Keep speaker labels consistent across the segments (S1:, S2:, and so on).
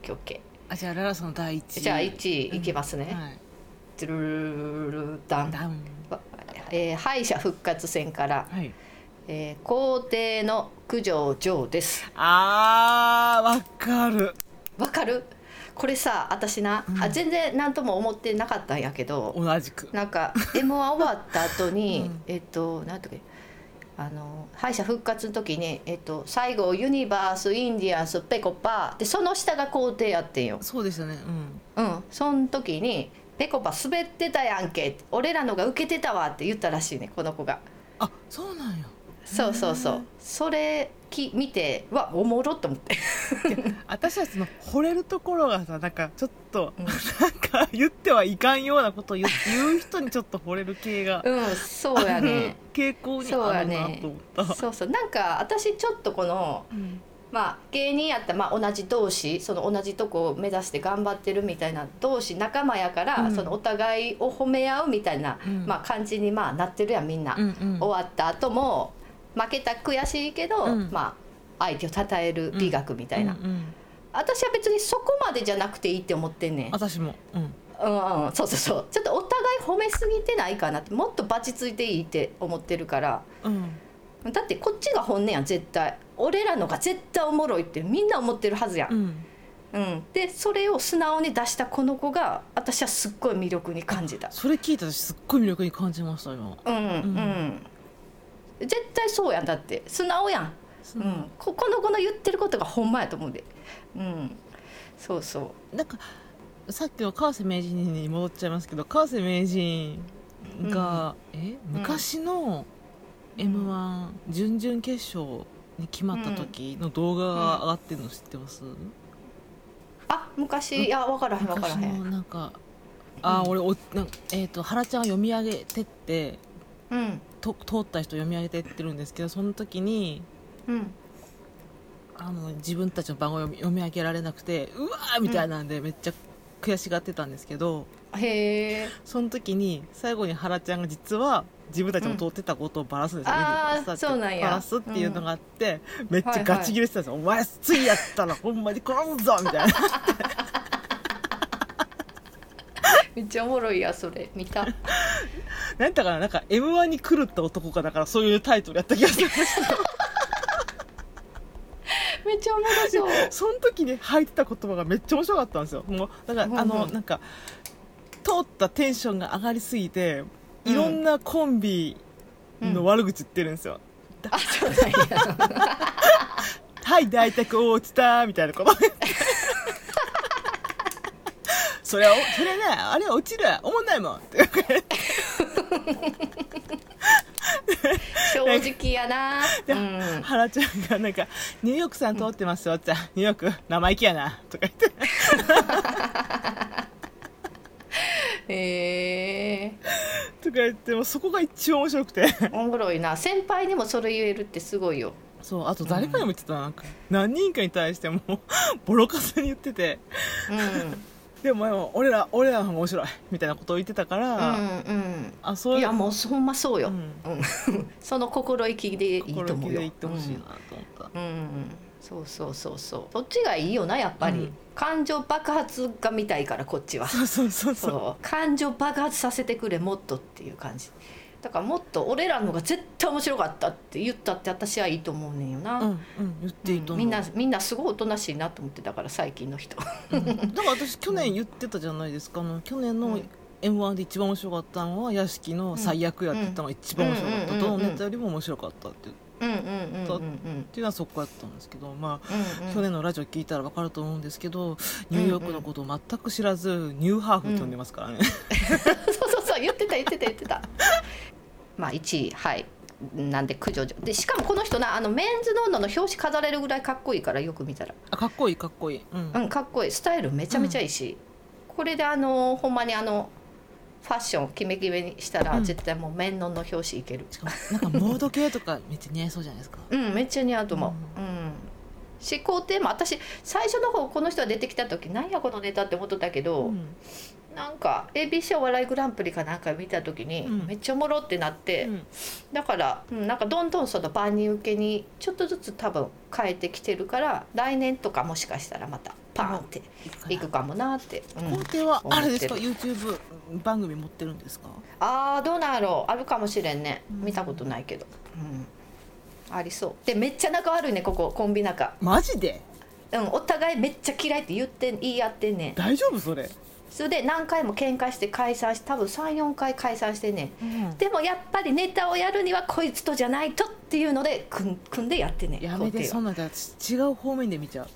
S1: ケーオッケ
S2: あじゃあララさんの第一
S1: ーじゃあ1位いきますね、
S2: はい
S1: ドゥルルルルダン
S2: ダウン
S1: えー敗者復活戦から、
S2: はい
S1: えー皇帝の九条城です
S2: あーわかる
S1: わかるこれさ私な、あ全然何とも思ってなかったんやけど
S2: 同じく
S1: なんか m 1終わった後に、
S2: うん
S1: えっと何とかあの敗者復活の時に、えっと、最後ユニバースインディアンスペコパでその下が皇帝やってんよ
S2: そうでしたねうん
S1: うんそん時に「ペコパ滑ってたやんけ俺らのが受けてたわ」って言ったらしいねこの子が
S2: あそうなんや
S1: そうそうそうそれき見てうわおもろっと思 って
S2: 私たちの惚れるところがさなんかちょっと、
S1: うん
S2: なんか言ってはいかんようなことを言う言う人にちょっと惚れる系が、
S1: うんそうやね
S2: 傾向 に
S1: そう
S2: あ
S1: や
S2: るな
S1: ね
S2: と思った、
S1: そうそうなんか私ちょっとこの
S2: うん
S1: まあ芸人やったらまあ同じ同士その同じとこを目指して頑張ってるみたいな同士仲間やから、
S2: うん
S1: そのお互いを褒め合うみたいな、
S2: うん
S1: まあ感じにまあなってるやんみんな、
S2: うんうん
S1: 終わった後も負けた悔しいけど、
S2: うん
S1: まあ相手を称える美学みたいな、
S2: うんうん
S1: 私は別にそこまでじゃなくていいって思ってんねん
S2: 私も、うん、
S1: うんうん、そうそうそうちょっとお互い褒めすぎてないかなってもっとバチついていいって思ってるから
S2: うん、
S1: だってこっちが本音やん絶対俺らのが絶対おもろいってみんな思ってるはずや、
S2: うんん、
S1: うんでそれを素直に出したこの子が私はすっごい魅力に感じた
S2: それ聞いた私すっごい魅力に感じました今
S1: うんうん、絶対そうやんだって素直やん、
S2: そ
S1: うん
S2: の
S1: ここの子の言ってることがほんまやと思うでうんそうそう
S2: なんかさっきの川瀬名人に戻っちゃいますけど川瀬名人が、え昔の m 1準々決勝に決まった時の動画が上がってるの知ってます、
S1: あ昔いや分からへん分から
S2: 昔
S1: へ
S2: の
S1: ん
S2: なんかあー俺おなんかえっ、と原ちゃんが読み上げてって
S1: うん
S2: と通った人読み上げてってるんですけどその時に
S1: うん
S2: あの自分たちの番号読み読み上げられなくてうわーみたいなんでめっちゃ悔しがってたんですけど、
S1: へえ
S2: その時に最後に原ちゃんが実は自分たちも通ってたことをバラすんですよ、
S1: うん
S2: メディア
S1: あー
S2: にバラすって
S1: そうなんや
S2: バラすっていうのがあって、めっちゃガチギレしてたんですよ、お前次やったらほんまに殺すぞみたいな
S1: めっちゃおもろいやそれ見 た
S2: なんだかななんか m 1に狂った男かだからそういうタイトルやった気がする
S1: めっちゃおもろそう
S2: その時に入ってた言葉がめっちゃ面白かったんですよもうだから、
S1: うんうん
S2: あのなんか通ったテンションが上がりすぎて
S1: うん
S2: いろんなコンビの悪口言ってるんですよ、
S1: あそうなんや
S2: はい大体こう落ちたみたいなことそれはそれねあれは落ちる思んないもんって
S1: 正直や なうん
S2: 原ちゃんがなんか「ニューヨークさん通ってますよ」って「ニューヨーク生意気やな」とか言って
S1: へえ
S2: とか言ってもうそこが一番面白くて
S1: おもろいな先輩にもそれ言えるってすごいよ
S2: そうあと誰かにも言ってたななんか何人かに対しても うボロカスに言ってて
S1: うん
S2: でもでも俺ら俺らの方が面白いみたいなことを言ってたか
S1: う
S2: ら、
S1: ん
S2: あ
S1: う
S2: そ
S1: ん
S2: う
S1: い
S2: いう
S1: やもうほんまそうよ、
S2: う
S1: うんん その心意気でいいと
S2: 心意
S1: 思
S2: 気
S1: う
S2: で
S1: よ
S2: 言ってほしいなと思った、
S1: うん、うんうんそうそうそうそうそっちがいいよなやっぱり、
S2: うん
S1: 感情爆発が見たいからこっちは
S2: そうそうそうそう
S1: そう感情爆発させてくれもっとっていう感じだからもっと俺らのが絶対面白かったって言ったって私はいいと思うねんよな、
S2: うんうん言っていいと思う、
S1: みんなみんなすごいおとなしいなと思ってだから最近の人
S2: うんだから私去年言ってたじゃないですか、あの去年
S1: う
S2: の
S1: ん
S2: m 1で一番面白かったのは屋敷の「最悪や」って言ったのが一番面白かった、
S1: うん
S2: どのネタよりも面白かったって言っ
S1: うんうんうんうんうんうん
S2: ていうのはそこやったんですけど、まあ
S1: うん
S2: 去年のラジオ聞いたら分かると思うんですけどニューヨークのことを全く知らずニューハーフって呼んでますからね、
S1: そうそうそう言ってた言ってた言ってたまあ1位はいなんで九条城でしかもこの人なあのメンズノンノの表紙飾れるぐらいかっこいいからよく見たら
S2: あかっこいいかっこいい、うん
S1: うんかっこいいスタイルめちゃめちゃいいし、これであのほんまにあのファッションキメキメにしたら
S2: うん
S1: 絶対もうメンノンの表紙いける
S2: しかもなんかモード系とかめっちゃ似合いそうじゃないですか
S1: うん、めっちゃ似合うと思う、うん思考テーマ私最初の方この人が出てきた時何やこのネタって思っとったけど、
S2: うん
S1: なんか ABC お笑いグランプリかなんか見た時に、
S2: うん
S1: めっちゃおもろってなって、
S2: うん
S1: だから、うん、なんかどんどんその万人受けにちょっとずつ多分変えてきてるから来年とかもしかしたらまたパーンっていくかもなって、うん
S2: 皇帝は
S1: 思って
S2: あ
S1: る
S2: れですか YouTube 番組持ってるんですか
S1: ああどうなんやろうあるかもしれんね
S2: うん
S1: 見たことないけど、うん、ありそうでめっちゃ仲悪いねここコンビ仲、
S2: マジで
S1: うん、お互いめっちゃ嫌いって言って言い合ってんねん
S2: 大丈夫それ、
S1: それで何回も喧嘩して解散し多分34回解散してんねん
S2: うん
S1: でもやっぱりネタをやるにはこいつとじゃないとっていうので組ん組んでやってんねん
S2: やめ
S1: 皇
S2: て
S1: 帝
S2: そ
S1: は
S2: んなんだ違う方面で見ちゃう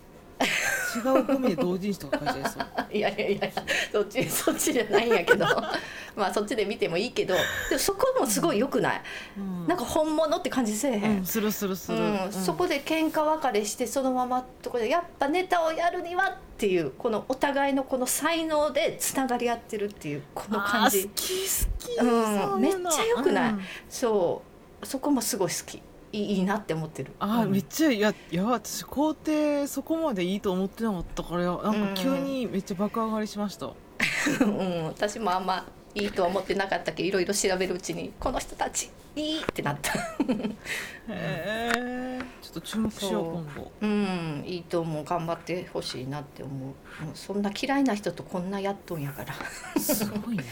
S2: 違う方面で同人誌とか書いちゃいそう
S1: いやいやいやそっち そっちじゃないんやけど まあそっちで見てもいいけどでもそこもすごい良くない、
S2: うん
S1: なんか本物って感じせえへん
S2: うん、するするする、
S1: うん
S2: うん
S1: そこで喧嘩別れしてそのままとこでやっぱネタをやるにはっていうこのお互いのこの才能でつながり合ってるっていうこの感
S2: あー
S1: じ
S2: 好き好き、
S1: うん
S2: そいの
S1: めっちゃ良くない
S2: うん
S1: そうそこもすごい好きいいいいなって思ってる
S2: あー、
S1: うん
S2: めっちゃいやいや私皇帝そこまでいいと思ってなかったからなんか急にめっちゃ爆上がりしました、
S1: うん、私もあんまいいとは思ってなかったけどいろいろ調べるうちにこの人たちいいってなった
S2: へえちょっと注目しよう
S1: そう
S2: 今度
S1: うんいいと思う頑張ってほしいなって思う、うん、そんな嫌いな人とこんなやっとんやから
S2: すごいね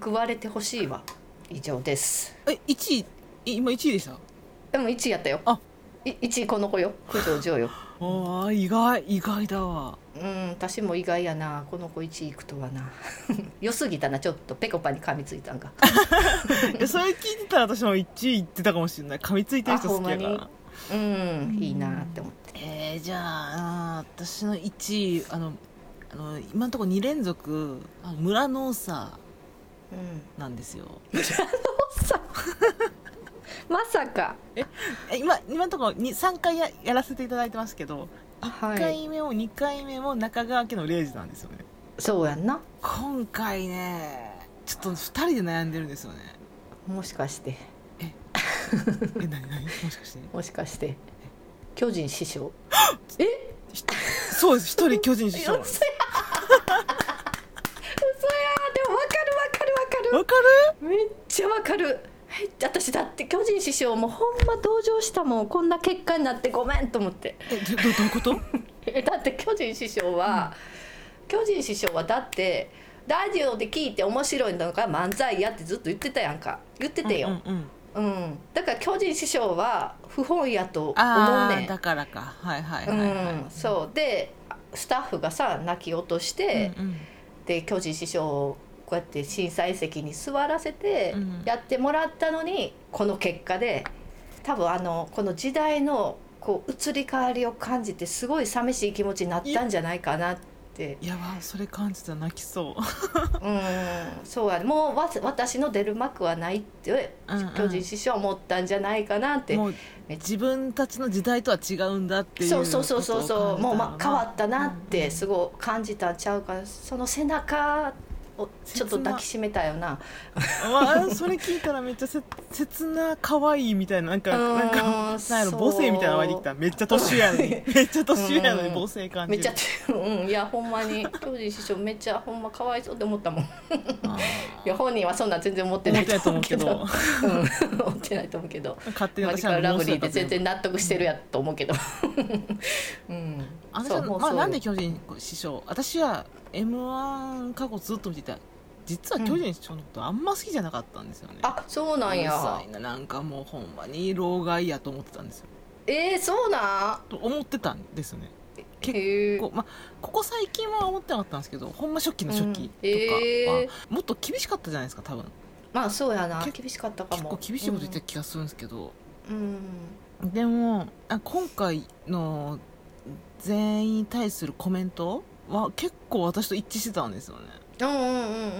S1: 報われてほしいわ以上です
S2: え一位え今一位でした
S1: でも1位やったよ
S2: あ
S1: い1位この子よ九条城よ
S2: ああ意外意外だ わ
S1: うん私も意外やなこの子1位いくとはな 良すぎたなちょっとペコパに噛みついたんが
S2: えそれ聞いてたら私も一位言ってたかもしれない噛みついてる人好きやか
S1: あほん
S2: ら
S1: まうんいいなって思って
S2: えー、じゃああー私の一位あのあの今のところ2連続あの村のさ
S1: うん
S2: なんですよ
S1: まさか
S2: え今今のところ3回ややらせていただいてますけど
S1: は
S2: 1
S1: い
S2: 回目も2回目も中川家の0時なんですよね
S1: そうやんな
S2: 今回ねちょっと2人で悩んでるんですよね
S1: もしかして
S2: え何何もしかして
S1: もしかして巨人師匠
S2: そうです一人巨人師
S1: 嘘や嘘や
S2: 匠
S1: でもわかるわかるわかる
S2: わか
S1: めっちゃわかるはい私だって巨人師匠もほんま同情したもんこんな結果になってごめんと思って
S2: るえどどどういうこと
S1: えだって巨人師匠は、巨人師匠はだってラジオで聞いて面白いのが漫才やってずっと言ってたやんか言っててよ、
S2: うんうんうん
S1: うんだから巨人師匠は不本意やと思う
S2: あ
S1: ね
S2: あ
S1: ん
S2: だからかはいはいはいはい、
S1: うん、そうでスタッフがさ泣き落として、
S2: うんうん
S1: で巨人師匠をこうやって審査員席に座らせて
S2: うん
S1: やってもらったのに、この結果で多分あのこの時代のこう移り変わりを感じてすごい寂しい気持ちになったんじゃないかなって
S2: やばそれ感じたら泣きそう
S1: うんそうやねもうわ私の出る幕はないって
S2: うんうん
S1: 巨人師匠は思ったんじゃないかなって、
S2: もう自分たちの時代とは違うんだっていう
S1: そうそうそうそう
S2: こと
S1: そ
S2: を
S1: う
S2: 感じた
S1: もう、
S2: の
S1: ま変わったなっ
S2: うんう
S1: て
S2: ん
S1: すごい感じたんちゃうからその背中をちょっと抱きしめたよな
S2: わあそれ聞いたらめっちゃせ切な可愛いみたいななんか
S1: うーん
S2: なんかなんやろ
S1: そう
S2: 母性みたいなの湧いてきためっちゃ年上や のにめっちゃ年上やのに
S1: うん
S2: 母性感じ
S1: め
S2: る
S1: っちゃうんいやほんまに巨人師匠めっちゃほんまかわいそうって思ったもんい
S2: あー
S1: や本人はそんなん全然思ってな
S2: 思っ
S1: い
S2: てないと
S1: と思
S2: 思う
S1: う
S2: け
S1: け
S2: ど
S1: どうん思ってないと思うけど
S2: 勝手に
S1: マ
S2: 私
S1: ジ
S2: は
S1: カルラ
S2: もう
S1: ブ
S2: す
S1: リ
S2: ぐ
S1: ーで全然納得してるやと思うけどうん
S2: あの
S1: そう
S2: 人
S1: もう
S2: まあ
S1: そう
S2: なんで巨人師匠私は m 1過去ずっと見てた実は巨人師匠のことあんま好きじゃなかったんですよね、
S1: あそうなん
S2: うるさ
S1: や
S2: いななんかもうほんまに老害やと思ってたんですよ
S1: えー、そうなん
S2: と思ってたんですよね結
S1: へえ
S2: こうまあ、ここ最近は思ってなかったんですけどほんま初期の初期とかは、
S1: うんえー
S2: もっと厳しかったじゃないですか多分
S1: まあそうやな
S2: 結
S1: 厳しかったか
S2: 結
S1: も
S2: 構厳しいこと言ってた気がするんですけど、
S1: うん、
S2: でもあ今回の全員に対するコメントは結構私と一致してたんですよね
S1: うん、うんうんうんうんうんうん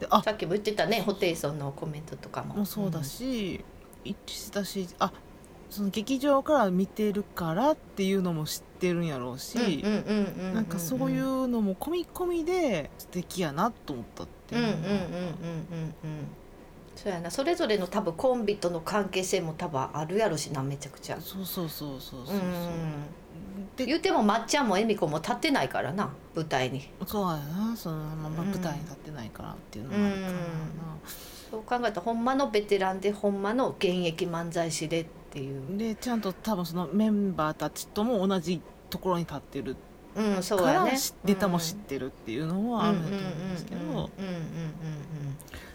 S2: であ
S1: さっきも言ってたねホテイソンのコメントとかも
S2: もうそうだ、し、一致してたしあその劇場から見てるからっていうのも知ってるんやろうし、
S1: うん、うんうんうんうんうん
S2: なんかそういううのも込み込みで素敵やなと思ったってい
S1: んうん
S2: う
S1: うんう
S2: の
S1: ん
S2: が
S1: うんうんそうやなそれぞれの多分コンビとの関係性も多分あるやろしなめちゃくちゃ
S2: そうそうそうそうそう
S1: う
S2: そうんで
S1: 言うてもまっちゃんも恵美子も立ってないからな舞台に
S2: そうやなそのまま
S1: うん
S2: 舞台に立ってないからっていうのもあるからな、
S1: そう考えたらほんまのベテランでほんまの現役漫才師でっていう
S2: でちゃんと多分そのメンバーたちとも同じところに立ってる
S1: うんそう
S2: か
S1: や
S2: ら
S1: ね
S2: 知ってたも知ってるっていうのはあるんだと思うんですけど、
S1: うんうんうんうん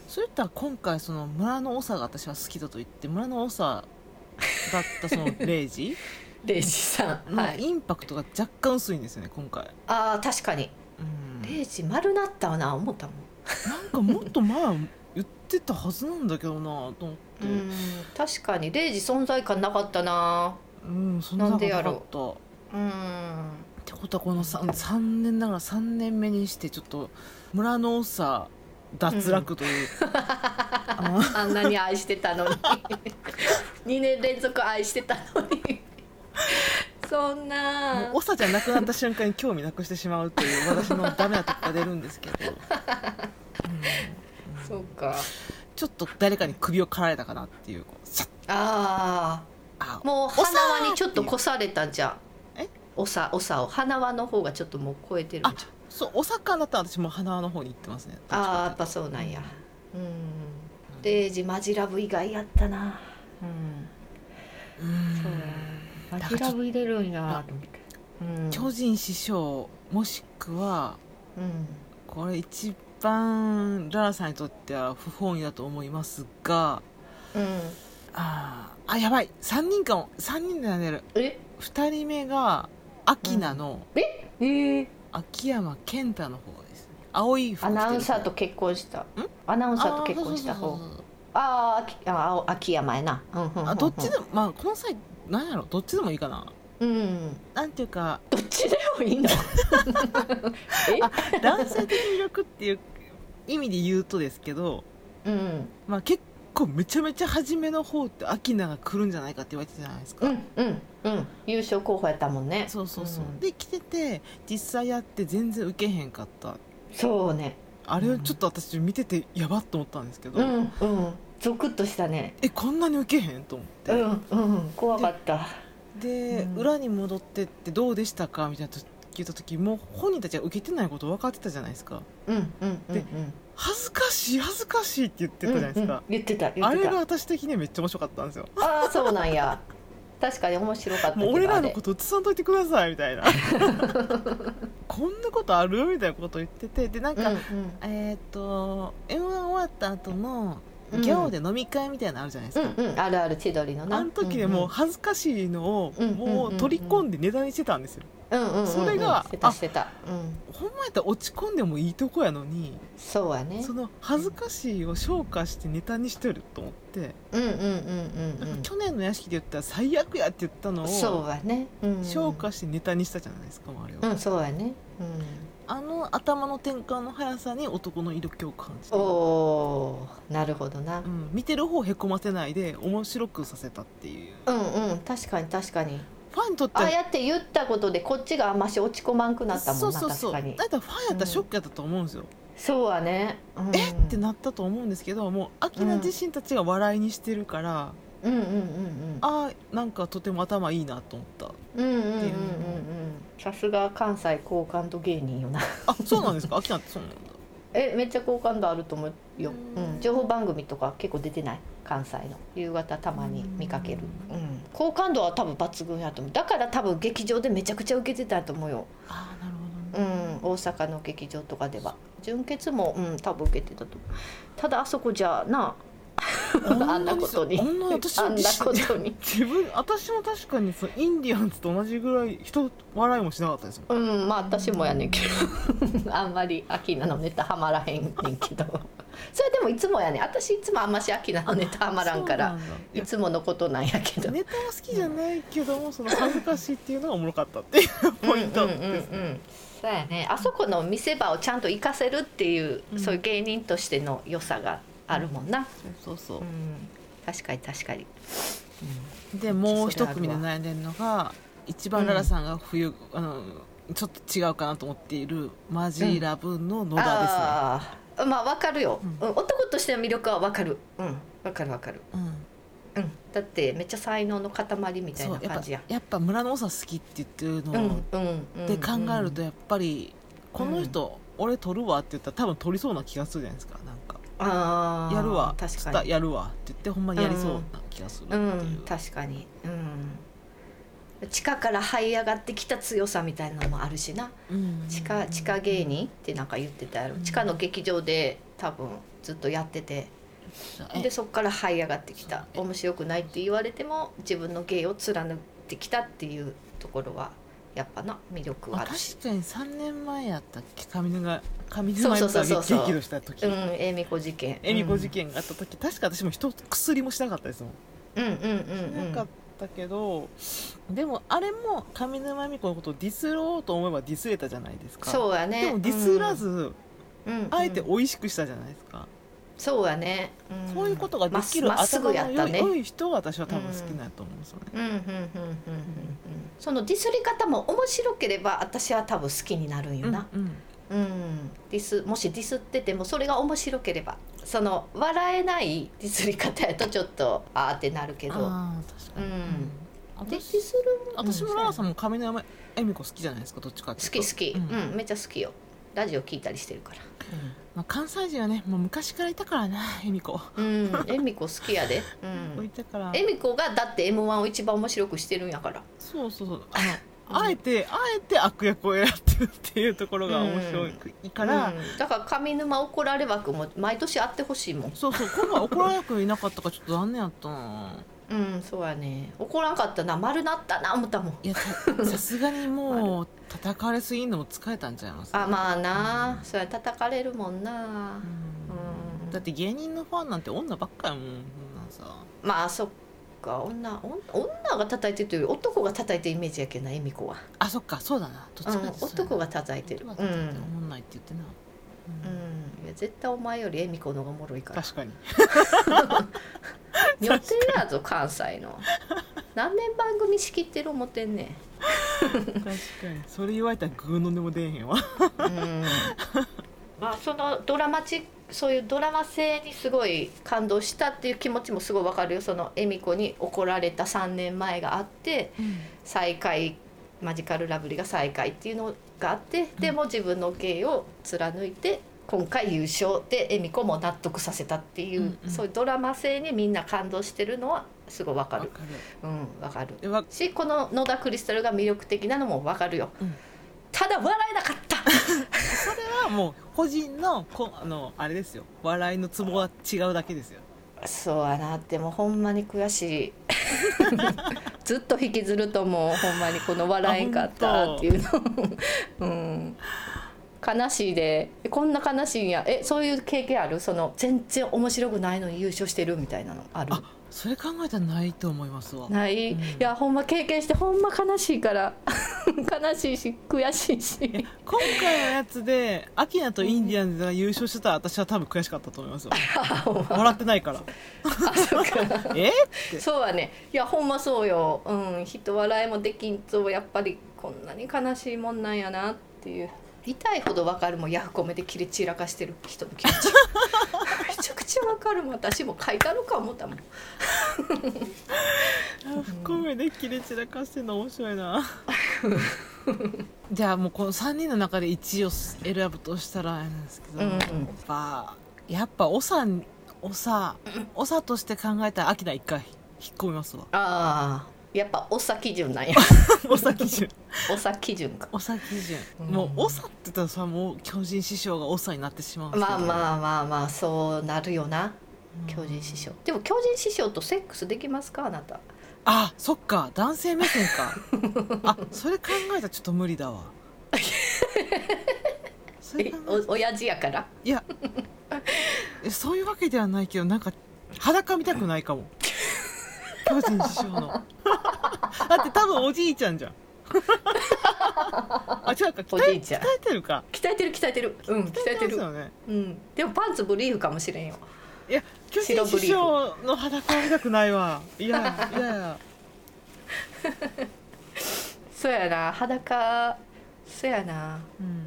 S2: そういったら今回その村の長が私は好きだと言って村の長だったそのレイジ
S1: レイジさん、 は
S2: の
S1: い、
S2: インパクトが若干薄いんですよね今回、
S1: あー確かに
S2: うん、
S1: レイジ丸なったわな思ったもん、
S2: なんかもっと前言ってたはずなんだけどなと思って、
S1: うん、確かにレイジ存在感なかったな
S2: うん、そんな
S1: なん
S2: こと
S1: で
S2: な
S1: や
S2: か
S1: ろ
S2: っ
S1: う
S2: た。っ
S1: うん
S2: てことはこの 3, 三年ながら3年目にしてちょっと村の多さ脱落という、あ
S1: あんなに愛してたのに2年連続愛してたのに そん
S2: も
S1: な
S2: う多さじゃなくなった瞬間に興味なくしてしまうという私のダメなとこが出るんで すけど、うん
S1: そうか
S2: ちょっと誰かに首を刈られたかなっていうこうシャッ
S1: あ
S2: あ
S1: あもう花輪にちょっと越されたんじゃん
S2: え
S1: おさおさを花輪の方がちょっともう超えてるんじゃん
S2: そうお魚だったら私もう花の方に行ってますね
S1: ああーやっぱそうなんやうんレイジマジラブ以外やったなうん
S2: うん
S1: そうマジラブ入れるんやと思ってうん
S2: 巨人師匠もしくは
S1: うん
S2: これ一番ララさんにとっては不本意だと思いますが
S1: うん
S2: あーあやばい3人かも3人でなれる
S1: え
S2: 2人目がアキナの
S1: えー
S2: 秋山健太の方ですね青い服
S1: ア
S2: 着てる方
S1: ナウンサーと結婚したアナウンサーと結婚した
S2: あー
S1: 方
S2: そうそうそうそう
S1: ああーあきあ青秋山やなうんうんうんうん
S2: あどっちでもまあこの際なんやろどっちでもいいかな
S1: うん
S2: なんていうか
S1: どっちでもいいの え
S2: あ男性的魅力っていう意味で言うとですけど、
S1: うん
S2: まあ、結構めちゃめちゃ初めの方ってアキナが来るんじゃないかって言われてたじゃないですか、
S1: うんうんうん優勝候補やったもんね
S2: そうそうそう、
S1: うん
S2: で来てて実際やって全然受けへんかった
S1: そうね
S2: あれをちょっと私見ててやばっと思ったんですけど、
S1: うんうんゾクッとしたね
S2: えこんなに受けへんと思っ
S1: う
S2: て、
S1: んうん怖かった
S2: で、
S1: うん
S2: 裏に戻ってってどうでしたかみたいなと聞いた時もう本人たちは受けてないこと分かってたじゃないですか
S1: うんうんうんう
S2: で
S1: ん
S2: 恥ずかしい恥ずかしいって言ってたじゃないです
S1: うんう
S2: か
S1: ん、言ってた言っ
S2: あ
S1: て
S2: れが
S1: た
S2: 私的にはめっちゃ面白かったんですよ
S1: ああーそうなんや確かに面白かったけ
S2: もう
S1: ど
S2: 俺ら
S1: あ
S2: の
S1: れ
S2: こと映さんといてください みたいなこんなことあるみたいなこと言っててでなん
S1: うん
S2: か、
S1: うん
S2: えーっ、と m 1終わった後の
S1: うん
S2: ギャオで飲み会みたいなのあるじゃないです
S1: う
S2: か、
S1: んうんあるある千鳥のな
S2: あの時でもう恥ずかしいのを
S1: うんうん
S2: もう取り込んで値段にしてたんですよ
S1: うんうんうんうん
S2: それが
S1: してたしてたうん
S2: ほんまやったら落ち込んでもいいとこやのに
S1: そうやね
S2: その恥ずかしいを消化してネタにしてると思って
S1: うんうんうんう
S2: なん
S1: ん
S2: か去年の屋敷で言ったら最悪やって言ったの
S1: うんそ
S2: を
S1: うやねうん
S2: 消化してネタにしたじゃないですかあれを、
S1: うんそうやね
S2: あの頭の転換の速さに男の色気を感
S1: うん
S2: じた、う、
S1: おーなるほどなん
S2: 見てる方をへこませないで面白くさせたっていう
S1: うんうん確かに確かに
S2: ファンにとって
S1: ああ
S2: は
S1: やって言ったことでこっちがあんまし落ち込まんくなったも
S2: そ
S1: ん
S2: う
S1: な
S2: そうそう
S1: 確
S2: だ
S1: か
S2: っ
S1: に
S2: たらファンやったらショックやったと思うんですよ、
S1: そうやねうん
S2: えってなったと思うんですけどもうアキナ自身たちが笑いにしてるから、
S1: うんうんうんうん
S2: あーなんかとても頭いいなと思った
S1: うんうんうんうんう
S2: って
S1: ん
S2: いう
S1: さすが関西好感度芸人よな
S2: あそうなんですかアキナってそうなんだ
S1: えめっちゃ好感度あると思うよ、
S2: う
S1: うんん、情報番組とか結構出てない関西の夕方たまに見かける、うん、好感度は多分抜群やと思うだから多分劇場でめちゃくちゃ受けてたと思うよ、
S2: ああなるほどね
S1: うん、大阪の劇場とかでは純潔も、うん、多分受けてたと思うただあそこじゃなあんなことに
S2: あんな私
S1: あんなことに
S2: 自分私も確かにそのインディアンズと同じぐらい人笑いもしなかったですもん
S1: うんまあ私もやねんけど あんまりアキナのネタはまらへんねんけどそれでもいつもやねん私いつもあんましアキナのネタはまらんから
S2: そうなんだい
S1: い
S2: や
S1: つものことなんやけど
S2: ネタは好きじゃないけども、その恥ずかしいっていうのがおもろかったっていうポイント
S1: うんうんうんうんそうやねあそこの見せ場をちゃんと生かせるっていう、
S2: うん
S1: そういう芸人としての良さがあるもんな、
S2: そうそう
S1: うん確かに確かに、
S2: でもう一組で悩んでるのが一番ララさんが冬、あのちょっと違うかなと思っているマジーラブの野田
S1: ああまあわかるよ、
S2: う
S1: うん男としての魅力はわかるうんわかるわかる、
S2: ですね、
S1: うん、だってめっちゃ才能の塊み
S2: うん、
S1: たい
S2: そう
S1: な
S2: やっ
S1: 感
S2: ぱ
S1: じや
S2: やっぱ村の多さ好きって言ってる
S1: うん
S2: の
S1: うんうん
S2: で考えると
S1: うん
S2: やっぱりこの人、俺取るわって言ったら多分取りそうな気がするじゃないですかなんか
S1: あー
S2: やるわ
S1: 確
S2: ちょっ
S1: か
S2: と
S1: に
S2: やるわって言ってほんまにやりそうな気がするっていう
S1: う、ん確かにうん地下から這い上がってきた強さみたいなのもあるしな
S2: うん
S1: 地下地下芸人ってなんか言ってたやろ地下の劇場で多分ずっとやってて
S2: え
S1: でそこから這い上がってきた
S2: え
S1: 面白くないって言われても自分の芸を貫いてきたっていうところはやっぱな魅力はあ
S2: 確
S1: るし。
S2: かに3年前やったっけ上沼
S1: そう
S2: 上沼
S1: そうそう
S2: 恵美子が
S1: そうそう
S2: 激怒した時
S1: うん、恵美子事件。
S2: 恵美子事件があった時確か私も一薬もしなかったですもん
S1: うん。うんうん
S2: し
S1: うんう。
S2: なんかったけど、でもあれも上沼恵美子のことをディスろうと思えばディスれたじゃないですか
S1: そうやね。
S2: でもディスらず、
S1: うん、うんうん
S2: あえて美味しくしたじゃないですか、
S1: そうやね。ん
S2: そういうことができる
S1: まっすぐ
S2: 頭の
S1: やっ
S2: 良
S1: た
S2: い,、
S1: ね。
S2: 良い人が私は多分好きなんやと思うんですよね、
S1: うんうんうんうんうんうんそのディスり方も面白ければ私は多分好きになるんよな、
S2: うんうん
S1: うんディスもしディスっててもそれが面白ければその笑えないディスり方やとちょっとあーってなるけど
S2: あー確かに、
S1: うんでディ
S2: 私
S1: スる
S2: 私も
S1: うん
S2: ララさんも上沼恵美子好きじゃないですかどっちかってい
S1: 好
S2: うと
S1: き好き、う
S2: うん
S1: んめっちゃ好きよラジオ聞いたりしてるから
S2: まあ、関西人はねもう昔からいたからね恵美子、
S1: うん、うん、恵美子好きやで、う
S2: い
S1: ん、
S2: たから
S1: 恵美子がだって m 1を一番面白くしてるんやから
S2: そうそうそうあの、
S1: うん
S2: あえてあえて悪役をやってるっていうところが面白いから、
S1: うんだから上沼怒られ枠も毎年あってほしいもん
S2: そうそう今回怒られなくいなかったからちょっと残念やったな
S1: うんそうやね怒らんかったな丸なったな思ったもん
S2: いやたさすがにもう叩かれすぎんのも疲れたんちゃいます
S1: あまあな、
S2: うん
S1: そりゃ叩かれるもんな、
S2: うん
S1: うん
S2: だって芸人のファンなんて女ばっかやもんそんなんさ
S1: まあそっか女おん女が叩いてるというより男が叩いてるイメージやけんな恵美子は、
S2: あそっかそうだなどっち
S1: う
S2: か
S1: ん
S2: って、
S1: 男が叩いてる
S2: 男が
S1: うん、う
S2: 叩いて
S1: ん
S2: 思んないって言ってな、うん
S1: いや絶対お前より恵美子の方がおもろいから
S2: 確かに
S1: 寄ってるやぞ関西の何年番組仕切ってる思ってんねん
S2: 確かにそれ言われたらグーの音も出えへんわ
S1: うんまあそのドラマチックそういうドラマ性にすごい感動したっていう気持ちもすごいわかるよその恵美子に怒られた3年前があって再会マジカルラブリーが再会っていうのがあってでも自分の芸を貫いて今回優勝で恵美子も納得させたっていう、
S2: うんうん
S1: そういうドラマ性にみんな感動してるのはすごいわか
S2: わか
S1: る
S2: る
S1: うんわかる
S2: でわ
S1: しこの野田クリスタルが魅力的なのもわかるよ、
S2: うん
S1: ただ笑えなかった
S2: それはもう個人のこあのあれですよ笑いのツボは違うだけですよ
S1: そうやなでもほんまに悔しい ずっと引きずるともうほんまにこの笑えんかったって いうのうん悲しいでえこんな悲しいんやえそういう経験あるその全然面白くないのに優勝してるみたいなのある
S2: あそれ考えたらないと思いますわ
S1: ない、
S2: うん
S1: いやほんま経験してほんま悲しいから 悲しいし悔しいし
S2: 今回のやつでアキナとインディアンズが優勝してたら私は多分悔しかったと思います よ笑ってない から え
S1: そうやねいやほんまそうようん人笑いもできんとやっぱりこんなに悲しいもんなんやなっていう痛いほどわかるもんヤフコメで切れ散らかしてる人の気 持ちめちゃくちゃわかるもん私も書いてあるか思ったもん
S2: コメで切れ散らかしてるの面白いな じゃあもうこの3人の中で1位を選ぶとしたらあれなんですけど、
S1: うんうん
S2: やっぱやっぱ長長長として考えたらアキナ1回引っ込みます わ
S1: ああやっぱおさ基準なん や
S2: 長基準
S1: おさ基準か
S2: 長基準、
S1: うん
S2: もう長って言ったらそれはもう巨人師匠が長になってしまうんですけ
S1: ま
S2: ど
S1: あまあまあまあそうなるよな巨人師匠でも巨人師匠とセックスできますかあなた
S2: あそっか男性目線 かあそれ考えたらちょっと無理だわそれ
S1: え
S2: 考えたら
S1: お親父やから
S2: いやえそういうわけではないけどなんか裸見たくないかも巨人師匠のだって多分おじいちゃんじ ゃんあ違うか鍛
S1: お
S2: え
S1: じいちゃん
S2: 鍛えてるか
S1: 鍛えてる鍛えてるうん鍛えて
S2: ます
S1: る
S2: よね
S1: うんでもパンツブリーフかもしれんよ
S2: いや巨人師匠の裸は見たくないわいやいやいや
S1: そうやな裸そうやな
S2: うん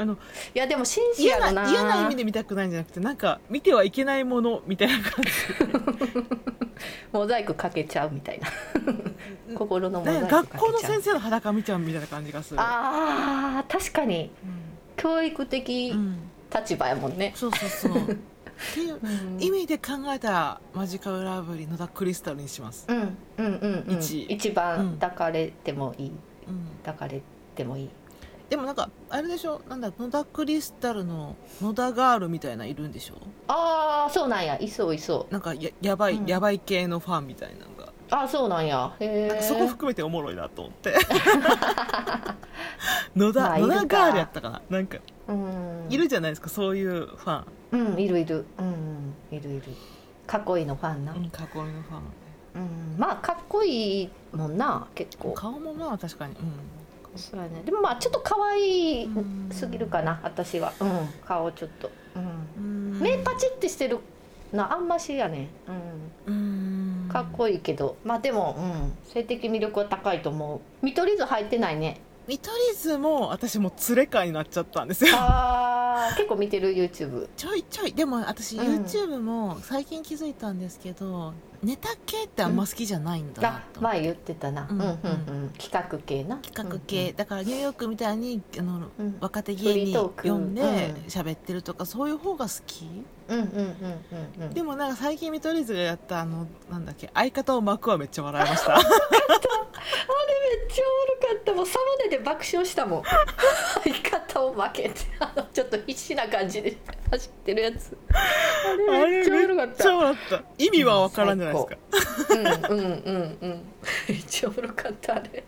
S2: あの
S1: いやでも紳士
S2: 嫌
S1: やろな
S2: な嫌な意味で見たくないんじゃなくてなんか見てはいけないものみたいな感じ
S1: モザイクかけちゃうみたいな心のモザイ
S2: なん
S1: ク
S2: か
S1: か
S2: 学校の
S1: けちゃう
S2: 先生の裸見ちゃうみたいな感じがする
S1: あー確かに
S2: うん
S1: 教育的
S2: うん
S1: 立場やもんね、
S2: そうそうそうっていう
S1: うん
S2: 意味で考えたらマジカルラブリー野田クリスタルにします、
S1: うんうんうんうん
S2: 一
S1: 一
S2: うん
S1: 番抱かれてもいい、
S2: うん、
S1: 抱かれてもいい
S2: でもなんかあれでしょなんだ野田クリスタルの野田ガールみたいないるんでしょ
S1: ああそうなんやいそういそう
S2: なんかややばい、
S1: うん
S2: やばい系のファンみたいなのが
S1: ああそうなんやへ
S2: なん
S1: え
S2: かそこ含めておもろいなと思って 野田、
S1: まあいる
S2: 野
S1: か
S2: 田ガールやったかななんか
S1: うん
S2: いるじゃないですかそういうファン、
S1: うんいるいるうんうんいるいるかっこいいのファンな、
S2: うん、囲いのファン
S1: うん、まあかっこいいもんな結構
S2: 顔もまあ確かにう
S1: そうやねでもまあちょっと可愛い
S2: ん
S1: すぎるかな私は、うん、顔ちょっと、うん
S2: うん
S1: 目パチってしてるなあんましやね、
S2: うん
S1: うん、かっこいいけど、まあでも、うん、性的魅力は高いと思う見取り図入ってないね
S2: 見取り図も私もう連れ会になっちゃったんですよ
S1: あー結構見てる YouTube
S2: ちょいちょいでも私
S1: うん
S2: YouTube も最近気づいたんですけど、ネタ系ってあんま好きじゃないんだな
S1: あ
S2: と、
S1: 前言ってたな、
S2: う
S1: うんんうんうん、企画系な
S2: 企画系、、だからニューヨークみたいにあの
S1: うんうん、
S2: 若手芸
S1: フリー
S2: 人
S1: トーク
S2: 読んで
S1: うん
S2: 喋ってるとかそういう方が好き
S1: うんうんうんうんうん
S2: でもなんか最近見取り図がやったあのなんだっけ相方を巻くはめっちゃ笑いました
S1: めっちゃおもろかったもうサムネで爆笑したもん相方を負けてあのちょっと必死な感じで走ってるやつあ
S2: あ
S1: れめっちゃおもろかっ
S2: ちゃ
S1: た
S2: 笑った意味は分からんじゃないですか、
S1: うんうんうんうんめっちゃおもろかったあれ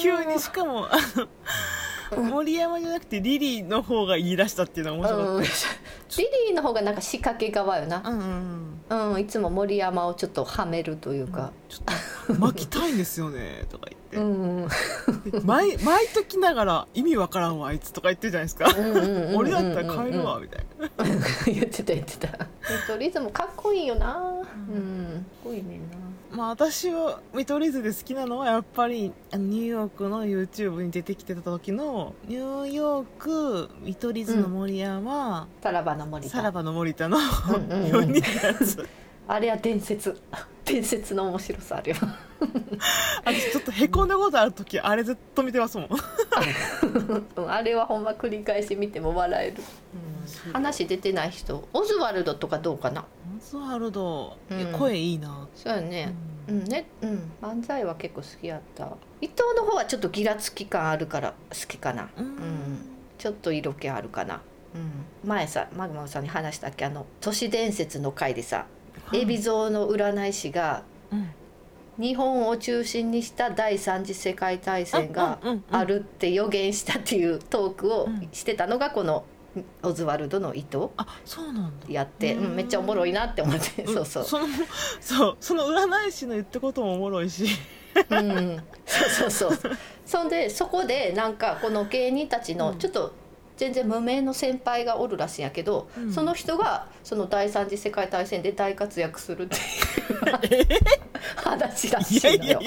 S2: 急にしかもあの森山じゃなくてリリーの方が言い出したっていうのは面白かっ
S1: うん、リリーの方がなんか仕掛け側よ
S2: た、
S1: な、
S2: うんうんうん
S1: うん、いつも森山をちょっとはめるというか、
S2: ちょっと巻きたいんですよねとか
S1: う
S2: 言っ
S1: んうん、
S2: て、毎毎時ながら意味わからんわあいつとか言ってるじゃないですか
S1: うんうんうんうんうん
S2: 俺だったら帰るわみたいな
S1: 言ってた言ってたとリズムかっこいいよなうんかっこいいねんな
S2: まあ私は見取り図で好きなのはやっぱりあのニューヨークの YouTube に出てきてた時のニューヨーク見取り図の森山、
S1: さらばの森田
S2: さらばの森田の
S1: うんうんうん
S2: 4人のやつ
S1: あれは伝説伝説の面白さあるよ
S2: 私ちょっとへこんだことある時あれずっと見てますもん
S1: うん あれはほんま繰り返し見ても笑える、話出てない人オズワルドとかどうかな
S2: オズワルド、いや
S1: うん
S2: 声いいな、
S1: そうやね
S2: う
S1: うんんねうん漫才は結構好きやった伊藤の方はちょっとギラつき感あるから好きかな
S2: うん
S1: ちょっと色気あるかなうん前さマグマさんに話したっけあの都市伝説の回でさ
S2: はい
S1: 海老蔵の占い師が
S2: うん
S1: 日本を中心にした第三次世界大戦が
S2: うんうんうん
S1: あるって予言したっていうトークをしてたのがこのオズワルドの伊藤
S2: あそうなんだ
S1: やって、
S2: うん
S1: うんめっちゃおもろいなって思って、そうそう、
S2: そのそうその占い師の言ったこともおもろいし
S1: うん、そうそうそうそんでそこでなんかこの芸人たち
S2: う
S1: の
S2: ん
S1: ちょっと全然無名の先輩がおるらしいんやけど、
S2: うん
S1: その人がその第三次世界大戦で大活躍するっていう話らしいのよ。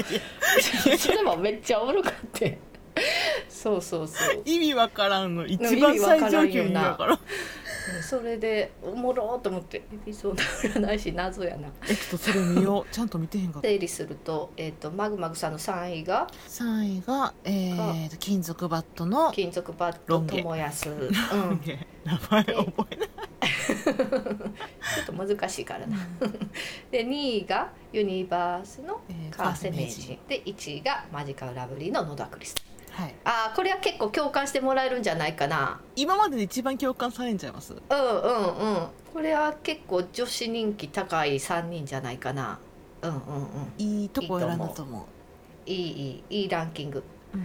S1: それもめっちゃおもろかってそうそうそう
S2: 意味わからんの一番最上級に意味わからん
S1: それでおもろーと思ってエピソード占い師謎やな
S2: えちょっとそれ見ようちゃんと見てへんかった
S1: 整理すると,、えー、とマグマグさんの3位が
S2: 3位が、えーと、金属バットの
S1: 金属バッ
S2: ロ
S1: ト
S2: ン毛
S1: 友安、うん、ちょっ
S2: 名前覚えない
S1: と難しいからなで2位がユニバースの
S2: えー
S1: カーセ名
S2: カーセ名
S1: 人で1位がマジカルラブリーの野田クリスタ
S2: はい
S1: あーこれは結構共感してもらえるんじゃないかな
S2: 今までで一番共感されんちゃいます
S1: うんうんうんこれは結構女子人気高い3人じゃないかなうんうんうん
S2: いいとこ選んだと思
S1: いいいいいいランキング
S2: う、
S1: う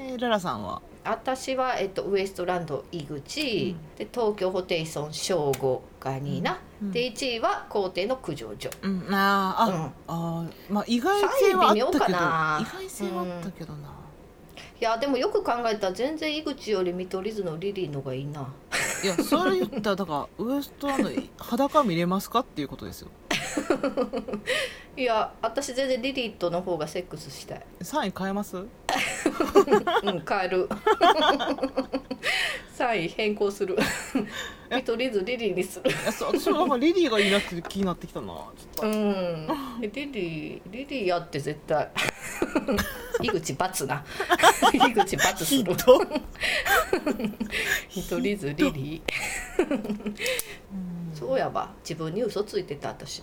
S1: ん
S2: えーララさんは
S1: 私は、えっと、ウエストランド井口、で東京ホテイソン省吾が2位な、
S2: うん
S1: で1位は皇帝の九条城
S2: うん、あーあ、
S1: うん
S2: あーまあ意外性はあったけ
S1: サイ
S2: ど意
S1: ン微妙かな
S2: 外性はあったけどな、
S1: いやでもよく考えたら全然井口より見取り図のリリーのがいいない
S2: やそれ言ったらだからウエストランド裸見れますかっていうことですよ
S1: いや私全然リリーとの方がセックスした い
S2: 3位変えます
S1: うん変える 3位変更す る見取り図リリーにする
S2: いやそう私もなんかリリーがいいなって気になってきたなちょっと
S1: うんリリーリリーやって絶 対井口罰な井口罰す
S2: ひ
S1: る
S2: どっ
S1: 見取り図リリー
S2: うん
S1: そうやば自分に嘘ついてた 私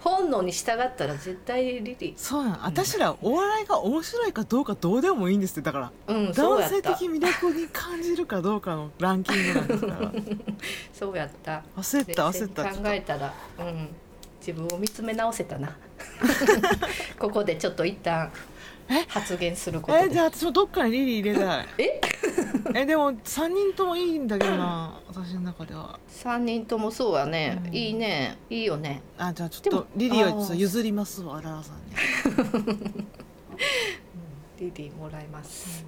S1: 本能に従ったら絶対リリ
S2: そうなん私らお笑いが面白いかどうかどうでもいいんですってだから
S1: うんそう
S2: 男
S1: やっ
S2: 性
S1: た
S2: 的魅力に感じるかどうかのランキングなんですから
S1: そうやった
S2: 焦った
S1: 冷静
S2: 焦っ
S1: に
S2: たちょっ
S1: 考
S2: と
S1: えたら、うん、自分を見つめ直せた なここでちょっと一旦
S2: え
S1: 発言すること
S2: え
S1: で
S2: じゃあ私もどっかにリリー入れたい
S1: え
S2: えでも3人ともいいんだけどな私の中では
S1: 3人ともそうやね、
S2: うん
S1: いいねいいよね
S2: あじゃあちょっ
S1: で
S2: と
S1: も
S2: リリーをちょっ
S1: あ
S2: と
S1: ー
S2: 譲りますわララさんに
S1: リリーもらいます、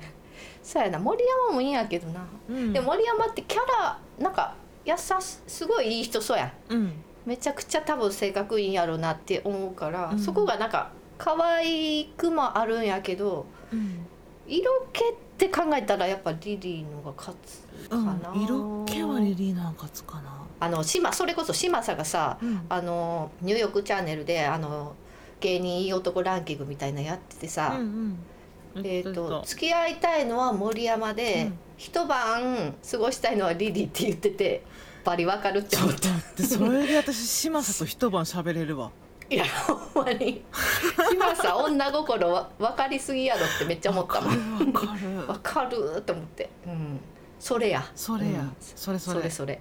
S1: そうやな森山もいいんやけどな、
S2: う ん
S1: でも森山ってキャラなんか優しすごいいい人そうやん
S2: うん
S1: めちゃくちゃ多分性格いいんやろうなって思うから、
S2: うん
S1: そこがなんか可愛くもあるんやけど
S2: うん
S1: 色気って考えたらやっぱリリーのが勝つかな、
S2: うん、色気はリリーなんかつかな
S1: あの島それこそ島さんがさ
S2: うん
S1: あのニューヨークチャンネルであの芸人いい男ランキングみたいなのやっててさ、
S2: うんうん
S1: えー、
S2: や
S1: と
S2: っ
S1: 付き合いたいのは森山で、
S2: うん
S1: 一晩過ごしたいのはリリーって言っててバリわかるって思ったた
S2: やってそ れで私嶋佐と一晩喋れるわ
S1: いやほんまに島さ女心わ分かりすぎやろってめっちゃ思ったもん
S2: わかるわか
S1: 分
S2: る
S1: かると思って、うん、それや
S2: それや、
S1: うん
S2: それそ
S1: そ
S2: れ
S1: れそれ